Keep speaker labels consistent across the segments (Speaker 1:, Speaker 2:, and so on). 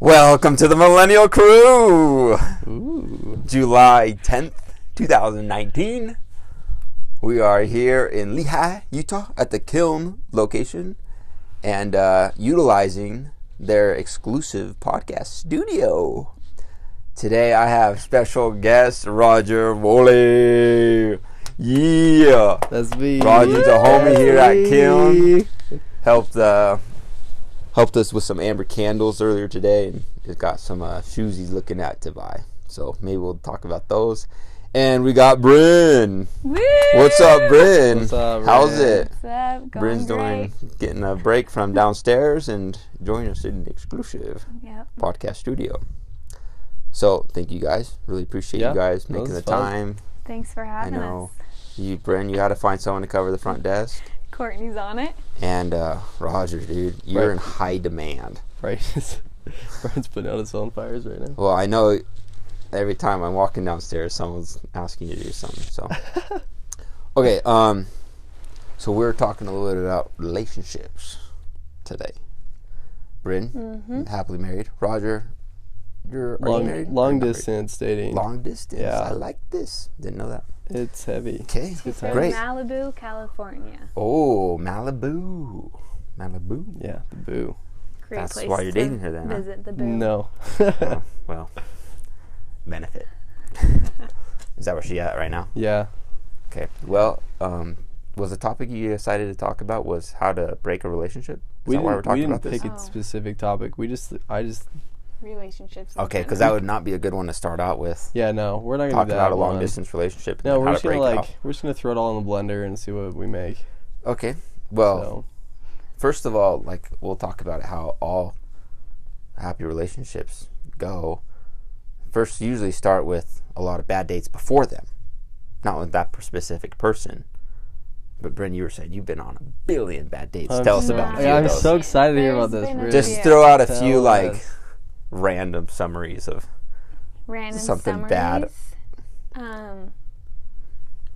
Speaker 1: Welcome to the Millennial Crew. July 10th, 2019. We are here in Lehi, Utah at the Kiln location and uh, utilizing their exclusive podcast studio. Today I have special guest Roger Woolley. Yeah.
Speaker 2: That's me.
Speaker 1: Roger's a homie here at Kiln. Helped uh, helped us with some amber candles earlier today and he's got some uh, shoes he's looking at to buy. So maybe we'll talk about those. And we got Bryn.
Speaker 3: Woo!
Speaker 1: What's up, Bryn?
Speaker 2: What's up,
Speaker 1: How's
Speaker 2: Bryn?
Speaker 1: it?
Speaker 3: What's up? Going
Speaker 1: Bryn's
Speaker 3: great.
Speaker 1: doing getting a break from downstairs and joining us in the exclusive
Speaker 3: Yep.
Speaker 1: podcast studio. So thank you guys. Really appreciate
Speaker 2: Yeah,
Speaker 1: you guys
Speaker 2: that
Speaker 1: making
Speaker 2: was
Speaker 1: the
Speaker 2: fun.
Speaker 1: time.
Speaker 3: Thanks for
Speaker 1: I
Speaker 3: having
Speaker 1: know
Speaker 3: us.
Speaker 1: you, Bryn. You had to find someone to cover the front desk,
Speaker 3: Courtney's on it.
Speaker 1: and uh, Roger, dude, you're
Speaker 2: Right.
Speaker 1: in high demand.
Speaker 2: Brian's, Brian's putting out his own fires right now.
Speaker 1: Well, I know every time I'm walking downstairs, someone's asking you to do something. So, okay. Um, so we were talking a little bit about relationships today. Bryn, happily married. Roger, you're are you
Speaker 2: Long,
Speaker 1: married?
Speaker 2: long
Speaker 1: You're not married.
Speaker 2: distance dating.
Speaker 1: Long distance.
Speaker 2: Yeah.
Speaker 1: I like this. Didn't know that.
Speaker 2: It's heavy.
Speaker 1: Okay.
Speaker 2: good
Speaker 3: From
Speaker 2: times.
Speaker 1: Great.
Speaker 3: Malibu, California.
Speaker 1: Oh, Malibu. Malibu.
Speaker 2: Yeah, the boo.
Speaker 3: Great
Speaker 1: That's
Speaker 3: place
Speaker 1: why you're
Speaker 3: to
Speaker 1: dating her then, huh?
Speaker 3: Visit the boo.
Speaker 2: No.
Speaker 1: Oh, well, benefit. Is that where she at right now?
Speaker 2: yeah.
Speaker 1: Okay. Well, um, was the topic you decided to talk about was how to break a relationship? Is
Speaker 2: We
Speaker 1: that why we're
Speaker 2: didn't, we
Speaker 1: talking
Speaker 2: didn't
Speaker 1: about this?
Speaker 2: pick
Speaker 3: Oh.
Speaker 2: a specific topic. We just, I just,
Speaker 3: Relationships. in
Speaker 1: Okay, because that
Speaker 3: general.
Speaker 1: would not be a good one to start out with.
Speaker 2: yeah, no, we're not gonna
Speaker 1: Talk
Speaker 2: do that.
Speaker 1: about a long
Speaker 2: one.
Speaker 1: distance relationship. and
Speaker 2: No,
Speaker 1: then
Speaker 2: we're
Speaker 1: how
Speaker 2: just
Speaker 1: to
Speaker 2: gonna
Speaker 1: break it
Speaker 2: like,
Speaker 1: off.
Speaker 2: we're just gonna throw it all in the blender and see what we make.
Speaker 1: Okay. Well,
Speaker 2: So,
Speaker 1: first of all, like we'll talk about how all happy relationships go. First, usually start with a lot of bad dates before them, not with that per- specific person. But Bryn, you were saying you've been on a billion bad dates.
Speaker 2: I'm
Speaker 1: Tell us
Speaker 2: so-
Speaker 1: about a
Speaker 3: Yeah,
Speaker 1: few
Speaker 2: yeah, I'm
Speaker 1: of those.
Speaker 2: so excited to hear about
Speaker 3: There's
Speaker 2: this.
Speaker 3: been a
Speaker 2: really.
Speaker 1: Just
Speaker 3: Yeah.
Speaker 1: throw out a few
Speaker 2: Tell
Speaker 1: like
Speaker 2: us.
Speaker 1: random summaries of
Speaker 3: Random
Speaker 1: something
Speaker 3: summaries.
Speaker 1: bad.
Speaker 3: Um,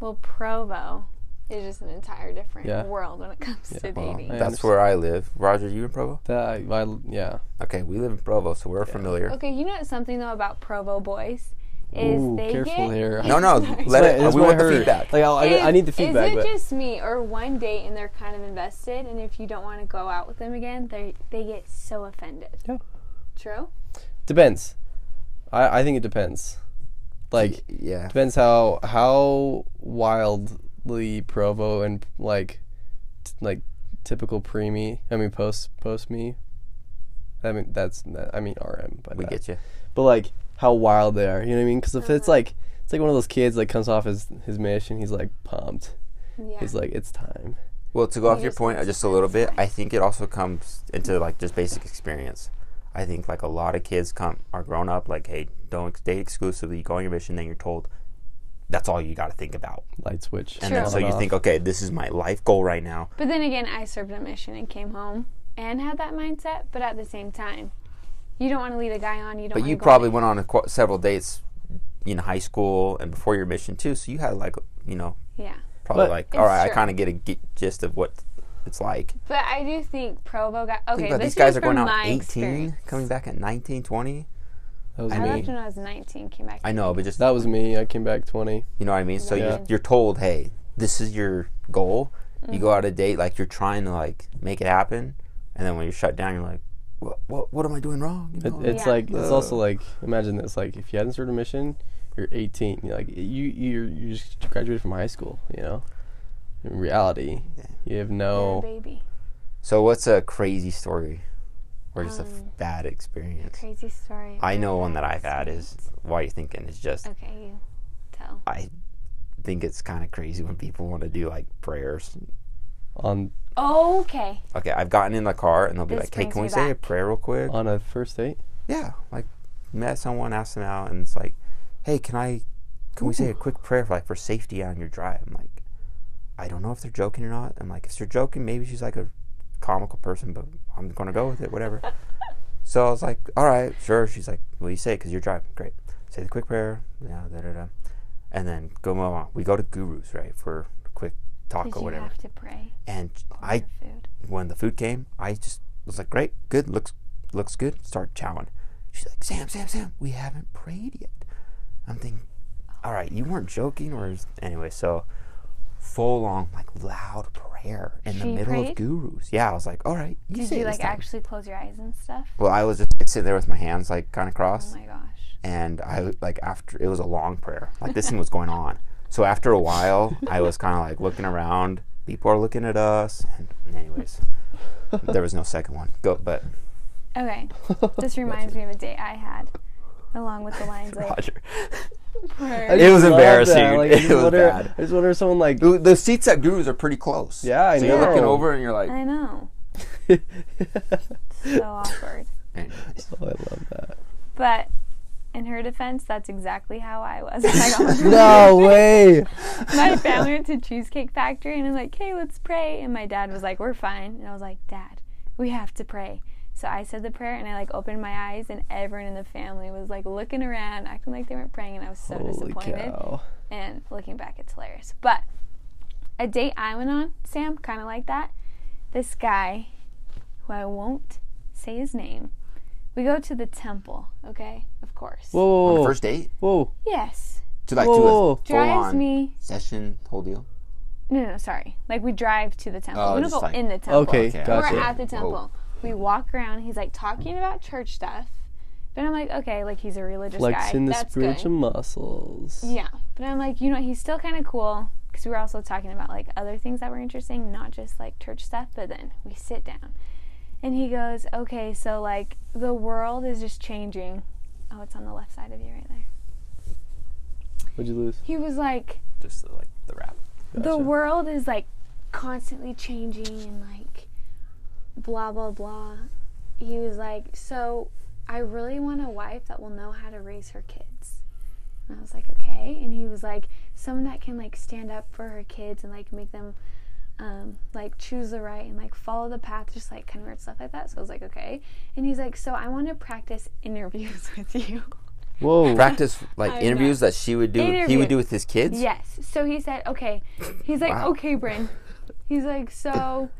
Speaker 3: well, Provo is just an entire different
Speaker 2: Yeah.
Speaker 3: world when it comes to
Speaker 1: well,
Speaker 3: dating.
Speaker 2: I
Speaker 1: that's where I live. Roger, you in Provo?
Speaker 2: that. I, I, yeah.
Speaker 1: Okay, we live in Provo, so we're familiar.
Speaker 3: Okay, you know something though about Provo boys is
Speaker 2: Ooh,
Speaker 3: they
Speaker 2: careful
Speaker 3: get
Speaker 2: here.
Speaker 1: No, no, let
Speaker 2: That's
Speaker 1: it.
Speaker 2: what- that's
Speaker 1: we
Speaker 2: what I
Speaker 1: want the
Speaker 2: heard.
Speaker 1: feedback.
Speaker 2: Like, I'll, I, I
Speaker 3: Is-
Speaker 2: need the feedback.
Speaker 3: Is it
Speaker 2: but
Speaker 3: just me or one date and they're kind of invested? And if you don't want to go out with them again, they they get so offended.
Speaker 2: Yeah.
Speaker 3: True.
Speaker 2: Depends. I, I think it depends. Like
Speaker 1: yeah,
Speaker 2: depends how how wildly Provo and like t- like typical pre me. I mean post post me. I mean that's that, I mean RM. By
Speaker 1: we
Speaker 2: that.
Speaker 1: get you.
Speaker 2: But like how wild they are. You know what I mean? Because if
Speaker 3: Uh-huh.
Speaker 2: it's like it's like one of those kids like comes off his his mission, he's like pumped.
Speaker 3: Yeah.
Speaker 2: He's like it's time.
Speaker 1: Well, to go off your
Speaker 3: just
Speaker 1: point
Speaker 3: need
Speaker 1: uh,
Speaker 3: to
Speaker 1: just a little bit,
Speaker 3: satisfy.
Speaker 1: I think it also comes into like just basic experience. I think like a lot of kids come are grown up like, hey, don't ex- date exclusively. Go on your mission. Then you're told that's all you got to think about,
Speaker 2: Light switch.
Speaker 1: and then
Speaker 3: True.
Speaker 1: so you
Speaker 2: Off.
Speaker 1: think, okay, this is my life goal right now.
Speaker 3: but then again, I served a mission and came home and had that mindset. But at the same time, you don't want to lead a guy on. You don't.
Speaker 1: But
Speaker 3: wanna
Speaker 1: you
Speaker 3: go
Speaker 1: probably
Speaker 3: on
Speaker 1: went on a qu- several dates in high school and before your mission too. So you had like you know
Speaker 3: a- Yeah.
Speaker 1: probably
Speaker 2: But-
Speaker 1: like
Speaker 3: It's
Speaker 1: all right, I
Speaker 3: true.
Speaker 1: kind of get a g- gist of what it's like.
Speaker 3: But I do think Provo got
Speaker 1: Think
Speaker 3: okay.
Speaker 1: about
Speaker 3: this
Speaker 1: these guys
Speaker 3: is
Speaker 1: are going
Speaker 3: from
Speaker 1: out
Speaker 3: my
Speaker 1: 18,
Speaker 3: experience.
Speaker 1: coming back at 19, 20.
Speaker 2: That was
Speaker 1: I
Speaker 3: I
Speaker 2: me.
Speaker 1: mean-
Speaker 3: left when I was 19, came back.
Speaker 1: I know, but just
Speaker 2: that was me. I came back twenty.
Speaker 1: you know what I mean. So
Speaker 2: Yeah.
Speaker 1: you're you're told, hey, this is your goal. You
Speaker 3: Mm-hmm.
Speaker 1: go out a date like you're trying to like make it happen, and then when you're shut down, you're like, what what, what am I doing wrong? You
Speaker 2: It,
Speaker 1: know?
Speaker 2: it's
Speaker 3: Oh, Yeah.
Speaker 2: like it's
Speaker 1: Uh.
Speaker 2: also like imagine this like if you hadn't served a mission, you're 18. You're like you you you just graduated from high school. You know, in reality, you have
Speaker 3: Oh.
Speaker 2: no.
Speaker 3: Baby.
Speaker 1: so what's a crazy story, or just a f-
Speaker 3: Um,
Speaker 1: bad experience?
Speaker 3: Crazy story.
Speaker 1: I know
Speaker 3: about
Speaker 1: one that I've had
Speaker 3: experience.
Speaker 1: is why you thinking is just
Speaker 3: Okay, you tell.
Speaker 1: I think it's kind of crazy when people want to do like prayers.
Speaker 2: On
Speaker 3: Okay.
Speaker 1: Okay, I've gotten in the car and they'll be
Speaker 3: This
Speaker 1: like, hey,
Speaker 3: brings
Speaker 1: can
Speaker 3: me
Speaker 1: we say a
Speaker 3: back.
Speaker 1: prayer real quick?
Speaker 2: on a first date,
Speaker 1: yeah, like met someone, asked them out, and it's like, hey, can I, can we say a quick prayer for like for safety on your drive? I'm like, I don't know if they're joking or not. I'm like, if they're joking, maybe she's like a comical person, but I'm gonna go with it, whatever. so I was like, all right, sure. She's like, well, you say it because you're driving. Great. Say the quick prayer. Yeah, da da da. And then go move on. We go to Guru's right for a quick talk
Speaker 3: Did
Speaker 1: or
Speaker 3: you
Speaker 1: whatever.
Speaker 3: have to pray
Speaker 1: And I
Speaker 3: for food?
Speaker 1: when the food came, I just was like, great, good, looks looks good. Start chowing. She's like, Sam, Sam, Sam, we haven't prayed yet. I'm thinking, all right, you weren't joking, or anyway, so full on like loud prayer in the
Speaker 3: She
Speaker 1: middle of
Speaker 3: prayed?
Speaker 1: gurus. Yeah, I was like, all right, you
Speaker 3: Did
Speaker 1: say it
Speaker 3: you
Speaker 1: this
Speaker 3: like
Speaker 1: time."
Speaker 3: actually close your eyes and stuff?
Speaker 1: Well, I was just like, sitting there with my hands like kind of
Speaker 3: Oh
Speaker 1: crossed,
Speaker 3: my gosh.
Speaker 1: and I like after it was a long prayer. Like this thing was going on. So after a while, I was kind of like looking around. People are looking at us, and anyways, there was no second one. Go, but
Speaker 3: Okay. This reminds me of a day I had along with the lines of
Speaker 1: Roger.
Speaker 3: prayer.
Speaker 1: It was
Speaker 2: love
Speaker 1: embarrassing, dude.
Speaker 2: I
Speaker 1: It
Speaker 2: just
Speaker 1: was
Speaker 2: wonder-
Speaker 1: bad.
Speaker 2: I just wonder if someone like
Speaker 1: The- The seats at Gurus are pretty close.
Speaker 2: Yeah, I
Speaker 1: so you're looking
Speaker 2: know.
Speaker 1: over and you're like,
Speaker 3: I know. So awkward.
Speaker 1: anyways.
Speaker 2: Oh, I love that.
Speaker 3: But in her defense, that's exactly how I was. when I got my
Speaker 2: No way.
Speaker 3: my family went to Cheesecake Factory and I'm like, hey, let's pray. And my dad was like, we're fine. And I was like, Dad, we have to pray. So I said the prayer and I like opened my eyes and everyone in the family was like looking around, acting like they weren't praying. And I was so
Speaker 2: Holy
Speaker 3: disappointed.
Speaker 2: cow.
Speaker 3: And looking back, it's hilarious. But a date I went on, Sam, kind of like that. This guy, who I won't say his name, we go to the temple, okay? Of course.
Speaker 2: Whoa,
Speaker 1: On
Speaker 2: whoa,
Speaker 1: the
Speaker 2: whoa.
Speaker 1: first date
Speaker 2: whoa.
Speaker 3: yes.
Speaker 1: to like do a
Speaker 2: Oh. Whoa.
Speaker 1: full
Speaker 3: Drives
Speaker 1: on
Speaker 3: me
Speaker 1: session whole deal.
Speaker 3: No, no, sorry. Like we drive to the temple.
Speaker 1: Oh,
Speaker 3: we don't go
Speaker 1: just like-
Speaker 3: in the temple.
Speaker 2: Okay,
Speaker 1: Okay,
Speaker 2: gotcha.
Speaker 3: We're at the
Speaker 1: Whoa.
Speaker 3: temple. We walk around. He's like talking about church stuff, but I'm like, okay, like he's a religious
Speaker 2: Flexing
Speaker 3: guy.
Speaker 2: the
Speaker 3: That's
Speaker 2: spiritual muscles.
Speaker 3: good. Yeah, but I'm like, you know, he's still kind of cool because we were also talking about like other things that were interesting, not just like church stuff. But then we sit down, and he goes, okay, so like the world is just changing. Oh, it's on the left side of you right there.
Speaker 2: What'd you lose?
Speaker 3: He was like,
Speaker 1: Just the, like the rap.
Speaker 2: Gotcha.
Speaker 3: the world is like constantly changing and like blah blah blah. He was like, so I really want a wife that will know how to raise her kids. And I was like, okay. And he was like, someone that can like stand up for her kids and like make them um, like choose the right and like follow the path, just like kind of weird stuff like that. So I was like, okay. And he's like, so I want to practice interviews with you.
Speaker 2: Whoa.
Speaker 1: Practice like
Speaker 3: I know.
Speaker 1: interviews that she would do. He
Speaker 3: Interview.
Speaker 1: would do with his kids.
Speaker 3: Yes. So he said, okay. He's like,
Speaker 1: Wow.
Speaker 3: okay, Bryn. He's like, so,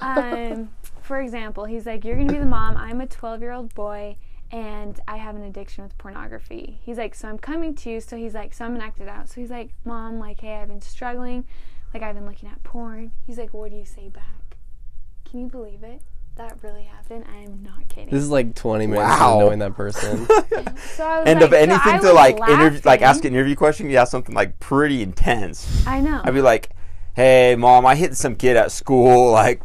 Speaker 3: um, for example, he's like, you're gonna be the mom. I'm a 12 year old boy, and I have an addiction with pornography. He's like, so I'm coming to you. So he's like, so I'm gonna act it out. So he's like, mom, like, hey, I've been struggling. Like, I've been looking at porn. He's like, what do you say back? Can you believe it? That really happened. I am not kidding.
Speaker 2: This is like 20 minutes
Speaker 1: Wow.
Speaker 2: of knowing that person.
Speaker 3: so I was
Speaker 1: And
Speaker 3: like,
Speaker 1: of anything
Speaker 3: so I
Speaker 1: to
Speaker 3: was
Speaker 1: like interview, like
Speaker 3: laughing.
Speaker 1: ask an interview question, you ask something like pretty intense.
Speaker 3: I know.
Speaker 1: I'd be like, "Hey, mom, I hit some kid at school." Like,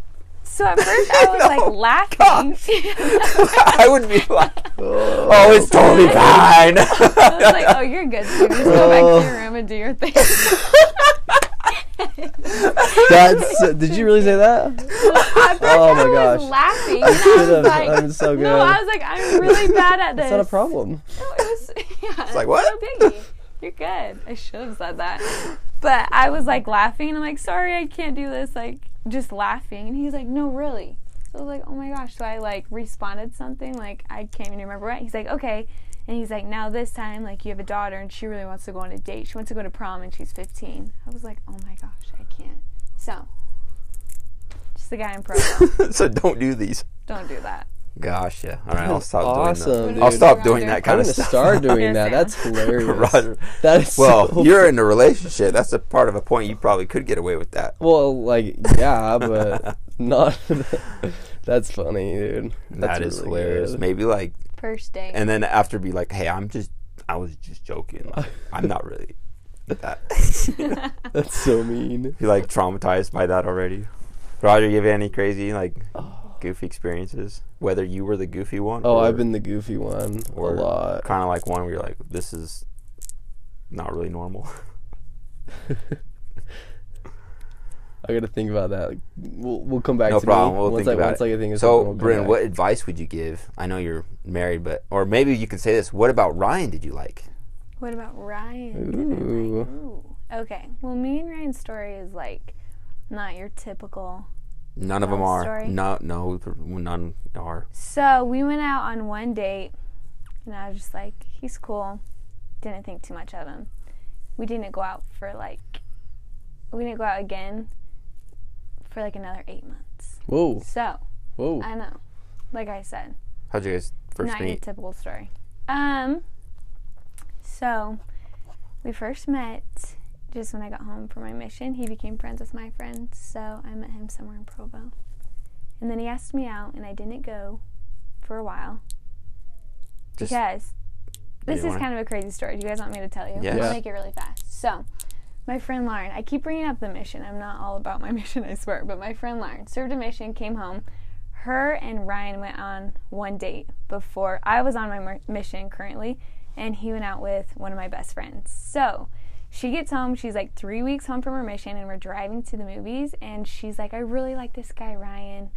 Speaker 3: so at first I was
Speaker 1: No,
Speaker 3: like laughing.
Speaker 1: I would be like, "Oh, it's totally fine."
Speaker 3: I was like, oh, you're good. Sue. Just go back to your room and do your thing.
Speaker 2: That's. Did you really say that?
Speaker 3: At first,
Speaker 2: Oh my
Speaker 3: I
Speaker 2: gosh.
Speaker 3: was laughing. And I
Speaker 2: Should've.
Speaker 3: was like,
Speaker 2: I'm so good.
Speaker 3: no, I was like, I'm really bad at this.
Speaker 2: It's not a problem.
Speaker 3: No, it was, yeah, it's
Speaker 1: like, what?
Speaker 3: So biggie. You're good. I should have said that. But I was like laughing. I'm like, sorry, I can't do this. Like, just laughing. And he's like, no, really. So I was like, oh my gosh. So I like responded something. Like, I can't even remember what. He's like, okay. And he's like, now this time, like, you have a daughter and she really wants to go on a date. She wants to go to prom and she's 15. I was like, oh my gosh, I can't. So, just the guy in promo.
Speaker 1: so don't do these.
Speaker 3: Don't do that.
Speaker 1: Gosh, yeah. All right, I'll
Speaker 2: That's
Speaker 1: stop doing
Speaker 2: awesome,
Speaker 1: that.
Speaker 2: dude.
Speaker 1: I'll stop doing
Speaker 3: Roger.
Speaker 1: that
Speaker 2: I'm
Speaker 1: kind
Speaker 2: gonna
Speaker 1: of stuff.
Speaker 2: start doing
Speaker 3: Yes,
Speaker 2: that.
Speaker 3: Sam.
Speaker 2: That's hilarious.
Speaker 1: Roger.
Speaker 2: That is
Speaker 1: Well,
Speaker 2: so-
Speaker 1: you're in a relationship. That's a part of a point you probably could get away with that.
Speaker 2: well, like yeah, but not. that's funny, dude. That's
Speaker 1: That is
Speaker 2: really
Speaker 1: hilarious.
Speaker 2: good.
Speaker 1: Maybe like,
Speaker 3: First date.
Speaker 1: and then after be like, hey, I'm just, I was just joking. Like, I'm not really that.
Speaker 2: That's so mean.
Speaker 1: you like traumatized by that already. Roger, you have any crazy like goofy experiences? Whether you were the goofy one.
Speaker 2: Oh, I've been the goofy one a
Speaker 1: or-
Speaker 2: lot.
Speaker 1: kind of like one where you're like, this is not really normal.
Speaker 2: I gotta think about that. Like, We'll, we'll come back
Speaker 1: No
Speaker 2: to
Speaker 1: problem.
Speaker 2: me
Speaker 1: We'll
Speaker 2: once
Speaker 1: think
Speaker 2: I
Speaker 1: about
Speaker 2: once
Speaker 1: it.
Speaker 2: I think of something,
Speaker 1: So,
Speaker 2: we'll come
Speaker 1: Bryn,
Speaker 2: back.
Speaker 1: what advice would you give? I know you're married, but or maybe you can say this. What about Ryan? Did you like?
Speaker 3: What about Ryan? Did I like? Ooh. Okay. Well, me and Ryan's story is like not your typical.
Speaker 1: None of
Speaker 3: Love
Speaker 1: them are.
Speaker 3: story?
Speaker 1: No, no, none are.
Speaker 3: So we went out on one date, and I was just like, he's cool. Didn't think too much of him. We didn't go out for like, we didn't go out again for like another eight months.
Speaker 2: Whoa,
Speaker 3: So
Speaker 2: whoa!
Speaker 3: I know. like I said.
Speaker 1: How'd you guys first
Speaker 3: not your
Speaker 1: meet?
Speaker 3: typical story. Um, so we first met just when I got home from my mission. He became friends with my friends, so I met him somewhere in Provo. And then he asked me out, and I didn't go for a while
Speaker 1: Just-
Speaker 3: because
Speaker 1: didn't
Speaker 3: this is
Speaker 1: wanna-
Speaker 3: kind of a crazy story. Do you guys want me to tell you?
Speaker 1: Yes.
Speaker 2: Yeah.
Speaker 3: I'll make it really fast. So, my friend Lauren, I keep bringing up the mission. I'm not all about my mission, I swear. But my friend Lauren served a mission, came home. Her and Ryan went on one date before I was on my mer- mission currently, and he went out with one of my best friends. So, she gets home. She's like three weeks home from her mission, and we're driving to the movies. And she's like, I really like this guy, Ryan.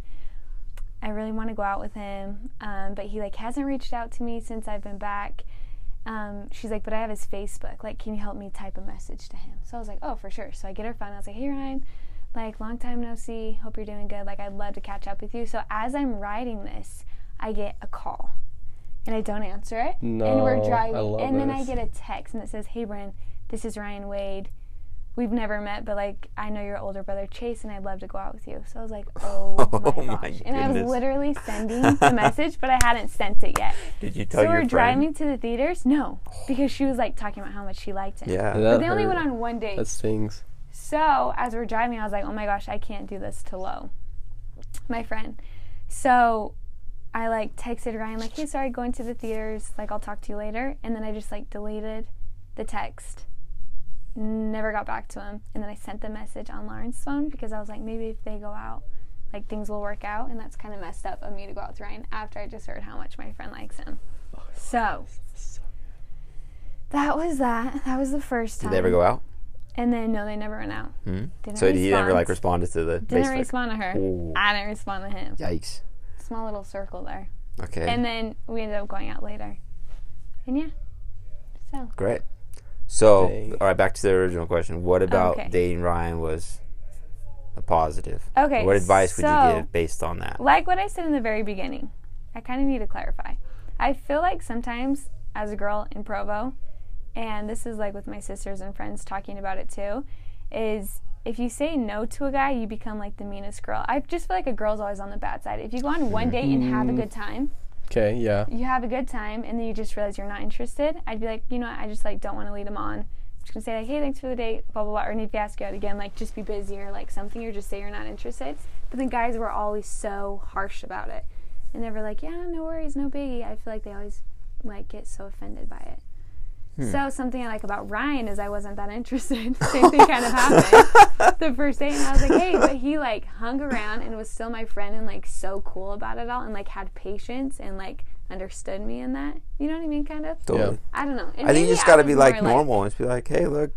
Speaker 3: I really want to go out with him, um, but he like hasn't reached out to me since I've been back. Um, she's like, but I have his Facebook. Like, can you help me type a message to him? So I was like, oh, for sure. So I get her phone. I was like, hey Ryan, like long time no see. Hope you're doing good. Like, I'd love to catch up with you. So as I'm writing this, I get a call, and I don't answer it. and
Speaker 2: No,
Speaker 3: we're
Speaker 2: I
Speaker 3: driving,
Speaker 2: love
Speaker 3: and then I
Speaker 2: this.
Speaker 3: get a text, and it says, hey Bryn, this is Ryan Wade. We've never met, but like I know your older brother Chase, and I'd love to go out with you. So I was like, oh my gosh,
Speaker 1: Oh, my
Speaker 3: and I was
Speaker 1: goodness.
Speaker 3: literally sending the message, but I hadn't sent it yet.
Speaker 1: Did you
Speaker 3: So
Speaker 1: tell
Speaker 3: we
Speaker 1: your
Speaker 3: were
Speaker 1: friend?
Speaker 3: driving to the theaters? No, because she was like talking about how much she liked him.
Speaker 1: Yeah.
Speaker 2: That
Speaker 3: They only
Speaker 2: hurt.
Speaker 3: went on one date.
Speaker 2: That stings.
Speaker 3: So as we're driving, I was like, oh my gosh, I can't do this to Lo, my friend. So I like texted Ryan, like, hey, sorry, going to the theaters. Like, I'll talk to you later. And then I just like deleted the text. Never got back to him. And then I sent the message on Lauren's phone because I was like, maybe if they go out, like things will work out. And that's kind of messed up of me to go out with Ryan after I just heard how much my friend likes him. So that was that. That was the first time.
Speaker 1: Did they ever go out?
Speaker 3: And then no, they never went out.
Speaker 1: Hmm?
Speaker 3: Didn't
Speaker 1: So he never like
Speaker 3: respond.
Speaker 1: responded to the
Speaker 3: Didn't
Speaker 1: Facebook.
Speaker 3: respond to her.
Speaker 1: Ooh.
Speaker 3: I didn't respond to him.
Speaker 1: Yikes.
Speaker 3: Small little circle there.
Speaker 1: Okay.
Speaker 3: And then we ended up going out later. And yeah. So
Speaker 1: Great. So,
Speaker 2: Dang.
Speaker 1: all right, back to the original question. What about
Speaker 3: okay.
Speaker 1: dating Ryan was a positive?
Speaker 3: Okay,
Speaker 1: What advice would
Speaker 3: so-
Speaker 1: you give based on that?
Speaker 3: like what I said in the very beginning, I kind of need to clarify. I feel like sometimes as a girl in Provo, and this is like with my sisters and friends talking about it too, is if you say no to a guy, you become like the meanest girl. I just feel like a girl's always on the bad side. If you go on one date and have a good
Speaker 1: Mm.
Speaker 3: time,
Speaker 2: Okay, yeah.
Speaker 3: you have a good time and then you just realize you're not interested, I'd be like, you know what, I just like don't want to lead him on. I'm just gonna say like, hey, thanks for the date, blah blah blah. Or need to ask you out again, like just be busy or like something, or just say you're not interested. But then guys were always so harsh about it, and they were like, yeah, no worries, no biggie. I feel like they always like get so offended by it. So something I like about Ryan is I wasn't that interested. Same thing kind of happened the first date, and I was like, hey, but he like hung around and was still my friend and like so cool about it all and like had patience and like understood me in that. You know what I mean? Kind of.
Speaker 1: Totally.
Speaker 3: I don't know. And
Speaker 1: I think you
Speaker 3: maybe
Speaker 1: just got to be
Speaker 3: was
Speaker 1: like
Speaker 3: more
Speaker 1: normal and just be like, hey, look,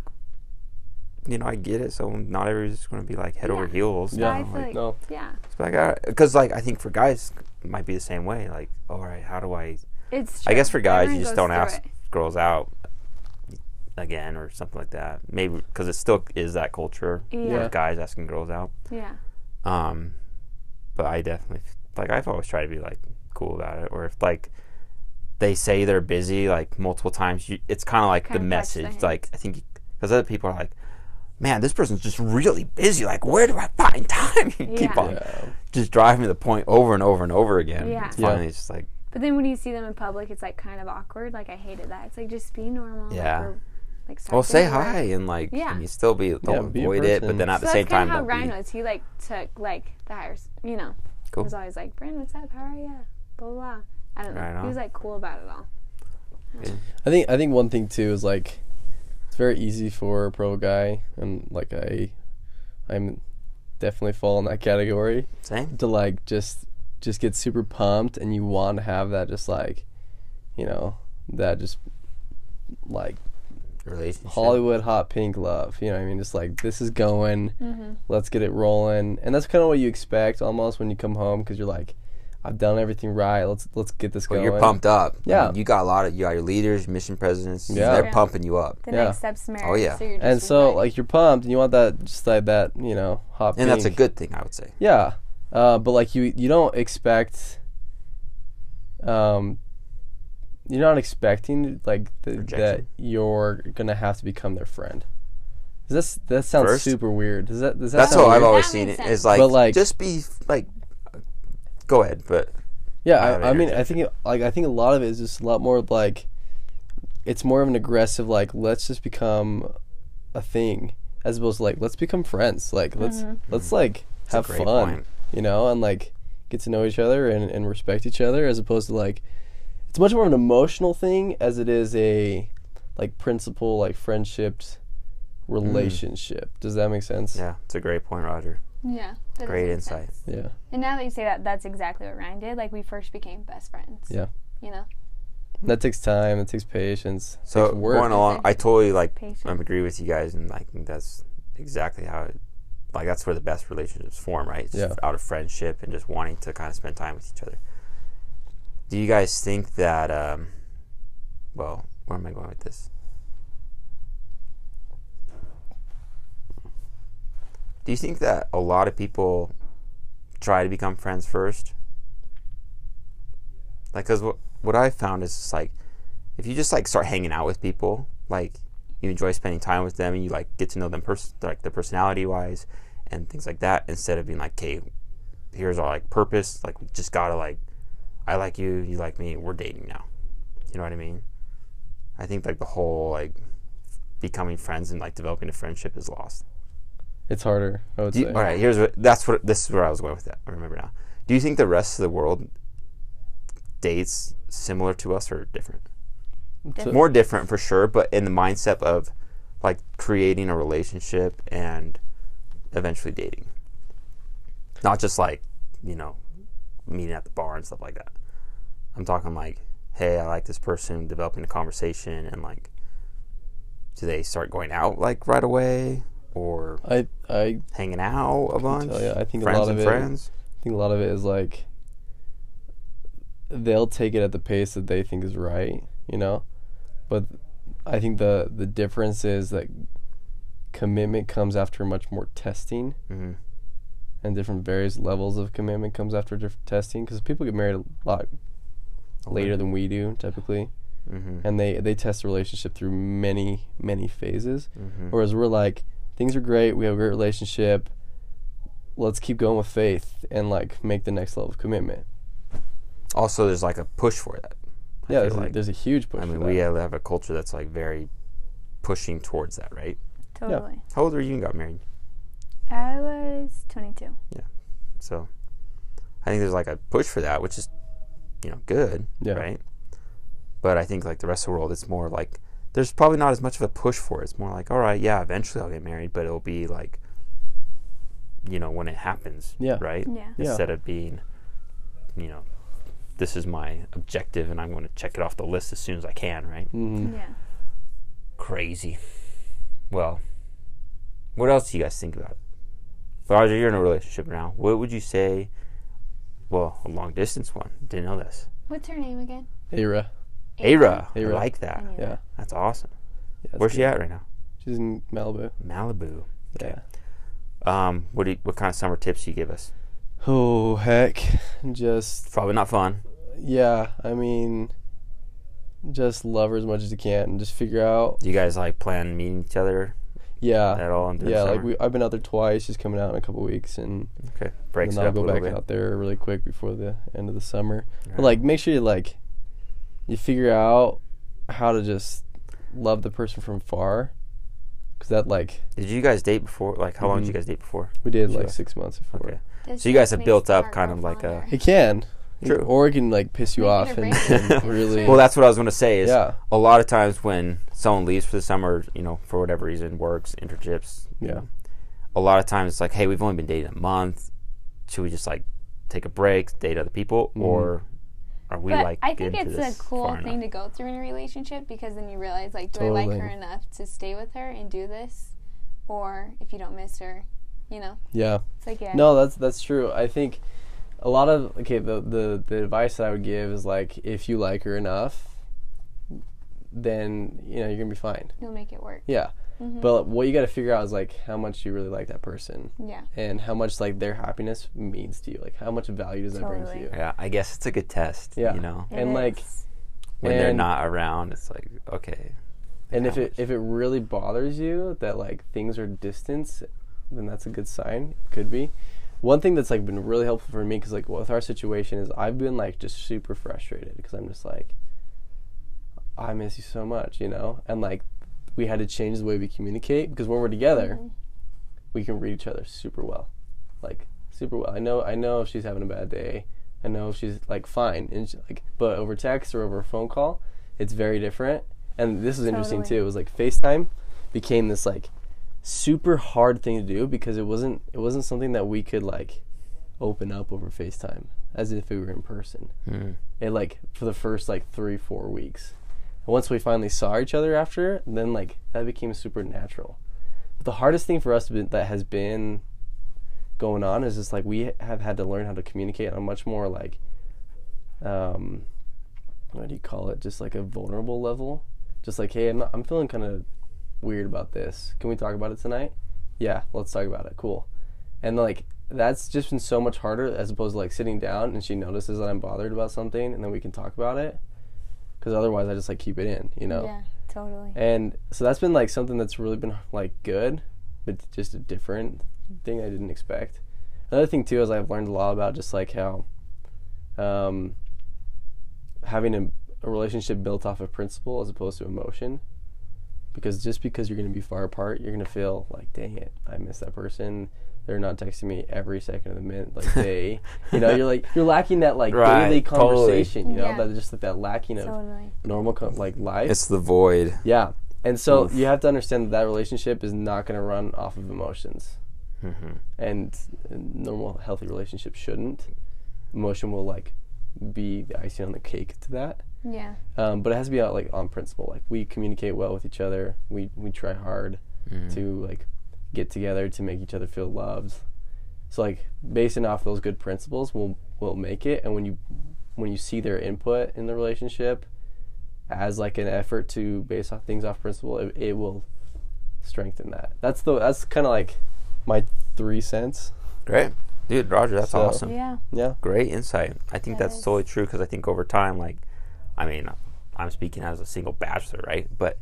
Speaker 1: you know, I get it. So not everybody's going to be like head over
Speaker 3: Yeah.
Speaker 1: heels. you
Speaker 2: Yeah.
Speaker 1: know,
Speaker 3: I feel
Speaker 1: like-
Speaker 3: like,
Speaker 2: No.
Speaker 3: yeah,
Speaker 1: it's like, because like I think for guys it might be the same way. Like, all right, how do I?
Speaker 3: it's.
Speaker 1: I
Speaker 3: true.
Speaker 1: guess for guys,
Speaker 3: Everyone
Speaker 1: you just
Speaker 3: goes
Speaker 1: don't
Speaker 3: through
Speaker 1: ask
Speaker 3: it.
Speaker 1: girls out again or something like that. Maybe because it still is that culture
Speaker 3: Yeah.
Speaker 1: of guys asking girls out.
Speaker 3: Yeah.
Speaker 1: Um, but I definitely like I've always tried to be like cool about it. Or if like they say they're busy like multiple times, you, it's kind of like
Speaker 3: Kinda
Speaker 1: the
Speaker 3: touch
Speaker 1: message.
Speaker 3: their
Speaker 1: like I think because other people are like, man, this person's just really busy. Like where do I find time? you keep
Speaker 3: Yeah.
Speaker 1: on
Speaker 2: Yeah.
Speaker 1: just driving the point over and over and over again.
Speaker 3: Yeah.
Speaker 1: It's
Speaker 2: Yeah.
Speaker 1: Finally, it's just like
Speaker 3: But then when you see them in public, it's like kind of awkward. Like I hated that. It's like just be normal. like,
Speaker 1: Yeah.
Speaker 3: we're, Like, stop
Speaker 1: well, say
Speaker 3: doing work.
Speaker 1: hi and like
Speaker 3: Yeah.
Speaker 1: and you still be don't
Speaker 2: be a
Speaker 1: avoid it, but
Speaker 2: person.
Speaker 1: then at
Speaker 3: So
Speaker 1: the same
Speaker 3: that's
Speaker 1: time
Speaker 3: kind of how
Speaker 1: don't
Speaker 3: Ryan
Speaker 1: be.
Speaker 3: was. He like took like the higher, s- you know.
Speaker 1: Cool.
Speaker 3: He was always like, "Brandon, what's up? How are you?" Blah blah. blah. I don't know.
Speaker 1: Right
Speaker 3: he was
Speaker 1: on.
Speaker 3: like cool about it all.
Speaker 2: I think I think one thing too is like it's very easy for a pro guy and like I I'm definitely fall in that category
Speaker 1: Same.
Speaker 2: to like just just get super pumped and you want to have that just like you know that just like
Speaker 1: Relationship.
Speaker 2: Hollywood hot pink love you know what I mean just like this is going let's get it rolling and that's kind of what you expect almost when you come home because you're like I've done everything right let's let's get this
Speaker 1: Well,
Speaker 2: going
Speaker 1: you're pumped up. I
Speaker 2: Yeah.
Speaker 1: mean, you got a lot of you got your leaders, mission presidents.
Speaker 2: Yeah.
Speaker 1: They're
Speaker 3: Yeah.
Speaker 1: pumping you up.
Speaker 3: The
Speaker 2: Yeah.
Speaker 3: next step's marriage.
Speaker 1: Oh, yeah.
Speaker 3: So you're just
Speaker 2: and so
Speaker 3: excited.
Speaker 2: like you're pumped and you want that just like that you know hot
Speaker 1: And that's a
Speaker 2: pink.
Speaker 1: good thing, I would say.
Speaker 2: Yeah, uh, but like you, you don't expect. Um, you're not expecting like the, that
Speaker 1: Rejection.
Speaker 2: you're gonna have to become their friend. Does this that sounds
Speaker 1: First?
Speaker 2: super weird? Does that does that
Speaker 1: That's
Speaker 2: sound
Speaker 1: how I've
Speaker 2: weird?
Speaker 1: always
Speaker 3: That
Speaker 1: seen it.
Speaker 3: makes
Speaker 1: Is
Speaker 3: sense.
Speaker 1: like,
Speaker 2: But, like-
Speaker 1: just be like, go ahead, but
Speaker 2: Yeah,
Speaker 1: I have
Speaker 2: I, I mean, I
Speaker 1: interjection.
Speaker 2: think it- like I think a lot of it is just a lot more like it's more of an aggressive like let's just become a thing as opposed to like let's become friends. Like let's let's like
Speaker 1: a
Speaker 2: have
Speaker 1: great
Speaker 2: fun,
Speaker 1: point.
Speaker 2: you know, and like get to know each other and, and respect each other as opposed to like it's much more of an emotional thing as it is a like principle like friendships relationship. Does that make sense?
Speaker 1: Mm. Yeah, it's a great point, Roger.
Speaker 4: Yeah. that does
Speaker 1: Great
Speaker 4: make
Speaker 1: insight.
Speaker 4: sense.
Speaker 2: Yeah.
Speaker 4: And now that you say that, that's exactly what Ryan did. Like we first became best friends.
Speaker 2: Yeah.
Speaker 4: You know.
Speaker 2: That takes time, it takes patience. it
Speaker 1: So
Speaker 2: takes work.
Speaker 1: going along, I totally like
Speaker 4: Patience.
Speaker 1: I agree with you guys, and I think that's exactly how it. Like that's where the best relationships form, right? It's
Speaker 2: Yeah.
Speaker 1: just out of friendship and just wanting to kind of spend time with each other. Do you guys think that? Um, well, where am I going with this? Do you think that a lot of people try to become friends first? Like, cause what what I found is just like, if you just like start hanging out with people, like you enjoy spending time with them and you like get to know them pers- like their personality wise and things like that, instead of being like, okay, here's our like purpose, like we just gotta like, I like you, you like me, we're dating now. You know what I mean? I think like the whole like becoming friends and like developing a friendship is lost.
Speaker 2: it's harder, I would
Speaker 1: Do you-
Speaker 2: say.
Speaker 1: all right, here's what that's what this is where I was going with that. I remember now. Do you think the rest of the world dates similar to us or different?
Speaker 2: To-
Speaker 1: More different for sure, but in the mindset of like creating a relationship and eventually dating. Not just like, you know, meeting at the bar and stuff like that. I'm talking like, hey, I like this person, developing a conversation and like do they start going out like right away or
Speaker 2: I I
Speaker 1: hanging out a bunch.
Speaker 2: tell ya, I think a
Speaker 1: friends
Speaker 2: lot
Speaker 1: and
Speaker 2: of it-
Speaker 1: friends.
Speaker 2: think a lot of it is like they'll take it at the pace that they think is right, you know. But I think the the difference is that commitment comes after much more testing,
Speaker 1: Mhm.
Speaker 2: and different various levels of commitment comes after different testing because people get married a lot later than we do typically,
Speaker 1: Mhm.
Speaker 2: and they they test the relationship through many many phases.
Speaker 1: Mm-hmm.
Speaker 2: Whereas we're like, things are great. We have a great relationship. Let's keep going with faith and like make the next level of commitment.
Speaker 1: Also, there's like a push for that. feel
Speaker 2: Yeah, there's,
Speaker 1: like-
Speaker 2: a, there's a huge push.
Speaker 1: I mean,
Speaker 2: for
Speaker 1: we
Speaker 2: that.
Speaker 1: have a culture that's like very pushing towards that, right?
Speaker 4: Totally.
Speaker 1: How old were you when you got married?
Speaker 4: I was 22.
Speaker 1: So, I think there's like a push for that, which is, you know, good,
Speaker 2: Yeah.
Speaker 1: right? But I think like the rest of the world, it's more like there's probably not as much of a push for it. It's more like, all right, yeah, eventually I'll get married, but it'll be like, you know, when it happens,
Speaker 2: Yeah.
Speaker 1: right?
Speaker 4: Yeah.
Speaker 2: Yeah.
Speaker 1: instead of being, you know, this is my objective and I'm going to check it off the list as soon as I can, right?
Speaker 2: Mhm.
Speaker 4: Yeah.
Speaker 1: Crazy. Well, what else do you guys think about it? Roger, you're in a relationship now. What would you say? Well, a long distance one. Didn't know this.
Speaker 4: What's her name again?
Speaker 2: Ara.
Speaker 1: Ara. I
Speaker 2: Ara.
Speaker 1: like that.
Speaker 4: knew
Speaker 2: Yeah.
Speaker 4: that.
Speaker 1: That's awesome.
Speaker 2: yeah that's
Speaker 1: Where's she
Speaker 2: good.
Speaker 1: at right now?
Speaker 2: She's in Malibu.
Speaker 1: Malibu.
Speaker 2: Yeah.
Speaker 1: Um, what do you, what kind of summer tips do you give us?
Speaker 2: Oh heck, just
Speaker 1: Probably not fun.
Speaker 2: yeah. I mean, just love her as much as you can and just figure out.
Speaker 1: Do you guys like plan meeting each other
Speaker 2: Yeah.
Speaker 1: at all? in the
Speaker 2: Uh, Yeah, like
Speaker 1: summer?
Speaker 2: we, I've been out there twice. She's coming out in a couple weeks, and
Speaker 1: okay breaks it
Speaker 2: and then I'll
Speaker 1: up a
Speaker 2: go
Speaker 1: little
Speaker 2: back
Speaker 1: bit.
Speaker 2: out there really quick before the end of the summer. But,
Speaker 1: Right.
Speaker 2: like, make sure you like you figure out how to just love the person from far, because that like
Speaker 1: Did you guys date before? Like, how long did you
Speaker 2: Mhm.
Speaker 1: guys date before?
Speaker 2: we did
Speaker 1: Sure.
Speaker 2: like six months before.
Speaker 1: Okay.
Speaker 4: Does
Speaker 1: So you
Speaker 4: she
Speaker 1: guys have
Speaker 4: make
Speaker 1: built up
Speaker 4: smart
Speaker 1: kind of
Speaker 4: girl
Speaker 1: like a-
Speaker 4: fonder?
Speaker 2: It can,
Speaker 1: True.
Speaker 2: or it can like piss you
Speaker 4: Make it
Speaker 2: off
Speaker 4: a
Speaker 2: and,
Speaker 4: regular
Speaker 2: and really.
Speaker 1: Well, that's what I was going to say. Is
Speaker 2: Yeah.
Speaker 1: a lot of times when someone leaves for the summer, you know, for whatever reason, works, internships. you
Speaker 2: Yeah.
Speaker 1: know, a lot of times it's like, hey, we've only been dating a month. Should we just like take a break, date other people,
Speaker 2: Mm-hmm.
Speaker 1: or are we
Speaker 4: but
Speaker 1: like?
Speaker 4: I think
Speaker 1: into
Speaker 4: it's a
Speaker 1: this
Speaker 4: cool
Speaker 1: far
Speaker 4: thing
Speaker 1: enough?
Speaker 4: to go through in a relationship because then you realize like, do I
Speaker 2: Totally.
Speaker 4: like her enough to stay with her and do this, or if you don't miss her, you know,
Speaker 2: yeah.
Speaker 4: it's like yeah,
Speaker 2: No, that's that's true. I think a lot of okay, the the the advice that I would give is like if you like her enough, then you know you're gonna be fine.
Speaker 4: you'll make it work. Mm-hmm.
Speaker 2: Yeah. But what you got to figure out is like how much you really like that person
Speaker 4: Yeah,
Speaker 2: and how much like their happiness means to you. Like how much value does that bring
Speaker 4: Totally.
Speaker 2: to you?
Speaker 1: Yeah, I guess it's a good test.
Speaker 2: Yeah.
Speaker 1: You know,
Speaker 2: And like
Speaker 1: when they're
Speaker 2: and-
Speaker 1: not around, it's like okay.
Speaker 2: and if
Speaker 1: how
Speaker 2: it if it really bothers you that like things are distance, then that's a good sign. Could be. one thing that's like been really helpful for me because like with our situation is I've been like just super frustrated because I'm just like I miss you so much, you know, and like we had to change the way we communicate because when we're together,
Speaker 4: Mm-hmm.
Speaker 2: we can read each other super well, like super well. I know I know if she's having a bad day, I know if she's like fine, and she, like but over text or over a phone call, it's very different. And this is interesting
Speaker 3: Totally.
Speaker 2: too. It was like FaceTime became this like super hard thing to do because it wasn't it wasn't something that we could like open up over FaceTime as if we were in person.
Speaker 1: Hmm.
Speaker 2: It like for the first like three four weeks. And once we finally saw each other after, then like that became super natural. But the hardest thing for us been- that has been going on is just like we have had to learn how to communicate on a much more like um what do you call it just like a vulnerable level just like hey i'm, not, I'm feeling kind of weird about this can we talk about it tonight yeah let's talk about it cool and like that's just been so much harder as opposed to like sitting down and she notices that i'm bothered about something and then we can talk about it because otherwise i just like keep it in you know
Speaker 4: Yeah, totally.
Speaker 2: and so that's been like something that's really been like good, but just a different thing I didn't expect. Another thing too is I've learned a lot about just like how um, having a, a relationship built off of principle as opposed to emotion. Because just because you're going to be far apart, you're going to feel like, dang it, I miss that person. They're not texting me every second of the minute, like they, you know, you're like you're lacking that like
Speaker 1: Right,
Speaker 2: daily
Speaker 1: totally.
Speaker 2: conversation, you know,
Speaker 4: Yeah.
Speaker 2: that just like that lacking of
Speaker 4: Totally.
Speaker 2: normal co- like life.
Speaker 1: It's the void.
Speaker 2: Yeah. And so
Speaker 1: Oof.
Speaker 2: you have to understand that that relationship is not going to run off of emotions. Mm-hmm.
Speaker 1: Mhm.
Speaker 2: And a normal, healthy relationships shouldn't. Emotion will, like, be the icing on the cake to that.
Speaker 4: Yeah.
Speaker 2: Um, but it has to be, uh, like, on principle. Like, we communicate well with each other. We, we try hard
Speaker 1: Mm-hmm.
Speaker 2: to, like, get together to make each other feel loved. So, like, basing off those good principles, we'll, we'll make it. And when you, when you see their input in the relationship, as like an effort to base off things off principle, it, it will strengthen that. That's the that's kind of like my three cents.
Speaker 1: Great, dude, Roger. That's
Speaker 2: So-
Speaker 1: awesome.
Speaker 4: Yeah.
Speaker 2: Yeah,
Speaker 1: Great insight. I think
Speaker 4: That
Speaker 1: that's
Speaker 4: is-
Speaker 1: totally true because I think over time, like, I mean, I'm speaking as a single bachelor, right? But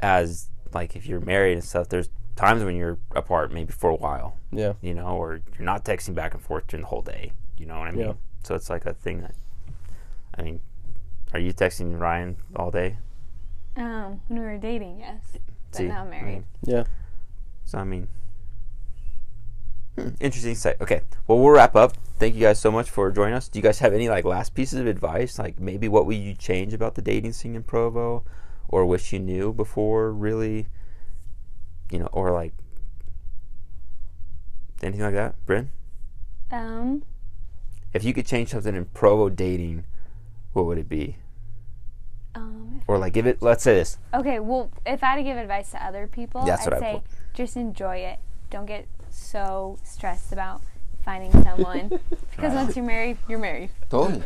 Speaker 1: as like if you're married and stuff, there's times when you're apart, maybe for a while,
Speaker 2: yeah,
Speaker 1: you know, or you're not texting back and forth during the whole day. You know what I mean?
Speaker 2: Yeah.
Speaker 1: So it's like a thing that, I mean, are you texting Ryan all day?
Speaker 4: Um, when we were dating, yes, but
Speaker 1: See,
Speaker 4: now
Speaker 1: I
Speaker 4: married.
Speaker 1: mean,
Speaker 2: yeah.
Speaker 1: so I mean, hmm, interesting insight. Okay, well we'll wrap up. Thank you guys so much for joining us. Do you guys have any like last pieces of advice? Like maybe what would you change about the dating scene in Provo, or wish you knew before really, you know, or like anything like that, Bryn?
Speaker 4: Um,
Speaker 1: If you could change something in Provo dating, what would it be?
Speaker 4: um,
Speaker 1: Or like give it. Let's say this.
Speaker 4: okay, well, if I had to give advice to other people,
Speaker 1: That's
Speaker 4: I'd
Speaker 1: what I
Speaker 4: say
Speaker 1: put.
Speaker 4: just enjoy it. Don't get so stressed about finding someone because
Speaker 1: Right.
Speaker 4: once you're married, you're married.
Speaker 1: Totally.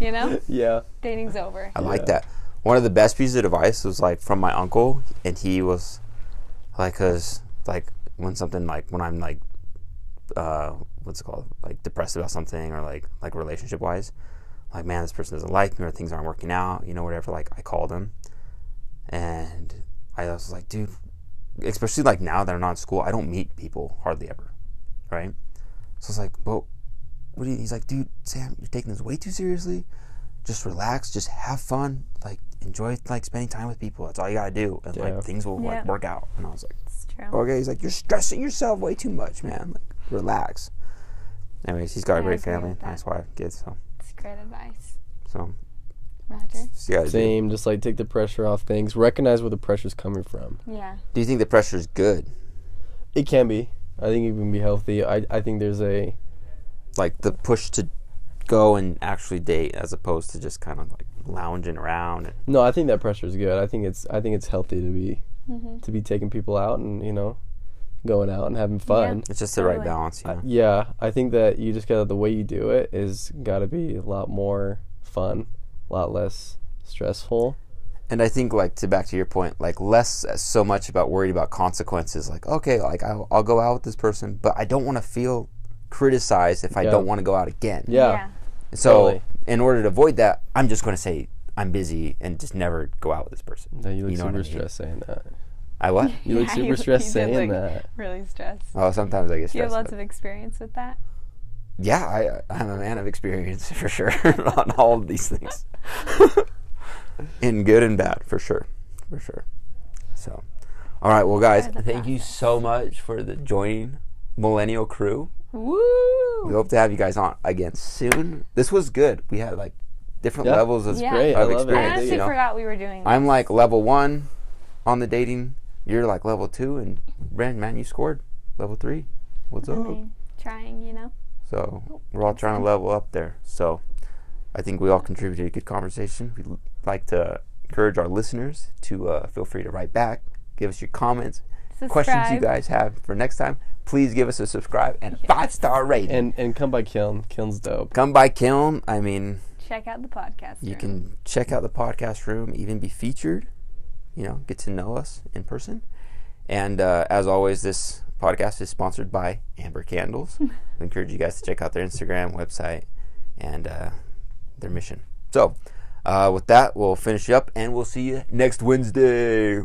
Speaker 4: You know,
Speaker 2: yeah,
Speaker 4: dating's over.
Speaker 1: I like that. One of the best pieces of advice was like from my uncle, and he was like, cause like when something like when I'm like, uh, what's it called, like depressed about something or like like relationship wise, like man, this person doesn't like me or things aren't working out, you know, whatever. Like I called him, and I was like, dude, especially like now that I'm not in school, I don't meet people hardly ever, right? So I was like, well, what do you? He's like, dude, Sam, you're taking this way too seriously just relax, just have fun, like enjoy like spending time with people. That's all you gotta do, and
Speaker 2: Yeah.
Speaker 1: like things will
Speaker 4: Yeah.
Speaker 1: like work out. And I was like,
Speaker 4: It's true.
Speaker 1: okay. He's like, you're stressing yourself way too much, man. Like, relax. Anyways, he's got a
Speaker 4: I
Speaker 1: great
Speaker 4: agree
Speaker 1: family,
Speaker 4: with that.
Speaker 1: nice wife, kids. So,
Speaker 4: It's great advice,
Speaker 1: so
Speaker 4: Roger.
Speaker 1: see you guys. Do.
Speaker 2: same. Just like take the pressure off things. Recognize where the pressure's coming from.
Speaker 4: Yeah.
Speaker 1: do you think the pressure is good?
Speaker 2: It can be. I think it can be healthy. I I think there's a
Speaker 1: Like the push to go and actually date, as opposed to just kind of like lounging around. And,
Speaker 2: no. I think that pressure is good. I think it's I think it's healthy to be
Speaker 4: Mm-hmm.
Speaker 2: to be taking people out and you know going out and having fun.
Speaker 1: it's just the right
Speaker 4: Totally.
Speaker 1: balance, you know.
Speaker 2: Yeah, I think that you just gotta the way you do it is gotta be a lot more fun, a lot less stressful.
Speaker 1: And I think like to back to your point, like less uh, so much about worried about consequences. Like okay, like I'll, I'll go out with this person, but I don't want to feel criticized if I
Speaker 2: Yeah.
Speaker 1: don't want to go out again.
Speaker 2: Yeah.
Speaker 1: So
Speaker 2: totally.
Speaker 1: in order to avoid that, I'm just going to say I'm busy and just never go out with this person.
Speaker 2: No, you look
Speaker 1: You know what
Speaker 2: super
Speaker 1: I mean.
Speaker 2: stressed saying that.
Speaker 1: I what?
Speaker 2: You look
Speaker 4: Yeah,
Speaker 2: super
Speaker 4: you-
Speaker 2: stressed
Speaker 4: you did
Speaker 2: saying
Speaker 4: look
Speaker 2: that.
Speaker 4: Really stressed.
Speaker 1: Oh, sometimes I get stressed.
Speaker 4: Do you have
Speaker 1: about
Speaker 4: lots of experience with that?
Speaker 1: yeah, I, I'm a man of experience for sure on all of these things, in good and bad, for sure, for sure. So, all right, well, guys,
Speaker 4: Part of the
Speaker 1: thank you so much for the joining Millennial Crew. We
Speaker 4: Woo!
Speaker 1: hope to have you guys on again soon. This was good. We had like different
Speaker 2: Yeah.
Speaker 1: levels of.
Speaker 4: Yeah.
Speaker 2: Great, I
Speaker 1: Of
Speaker 2: love it.
Speaker 4: I
Speaker 1: experience,
Speaker 4: honestly
Speaker 1: you know.
Speaker 4: forgot we were doing
Speaker 1: I'm like level one on the dating. You're like level two, and Brand, man, you scored level three. What's
Speaker 4: I
Speaker 1: up?
Speaker 4: mean, trying, you know.
Speaker 1: So we're all trying to level up there. So I think we all contributed a good conversation. We'd l- like to encourage our listeners to uh, feel free to write back, give us your comments, questions you
Speaker 4: Subscribe.
Speaker 1: guys have for next time. Please give us a subscribe and a five star rating.
Speaker 2: And and come by Kiln. Kiln's dope.
Speaker 1: Come by Kiln. I mean,
Speaker 4: Check out the podcast.
Speaker 1: you
Speaker 4: room.
Speaker 1: can check out the podcast room, even be featured, you know, get to know us in person. And uh, as always, this podcast is sponsored by Amber Candles. I encourage you guys to check out their Instagram, website, and uh, their mission. So, uh, with that, we'll finish up and we'll see you next Wednesday.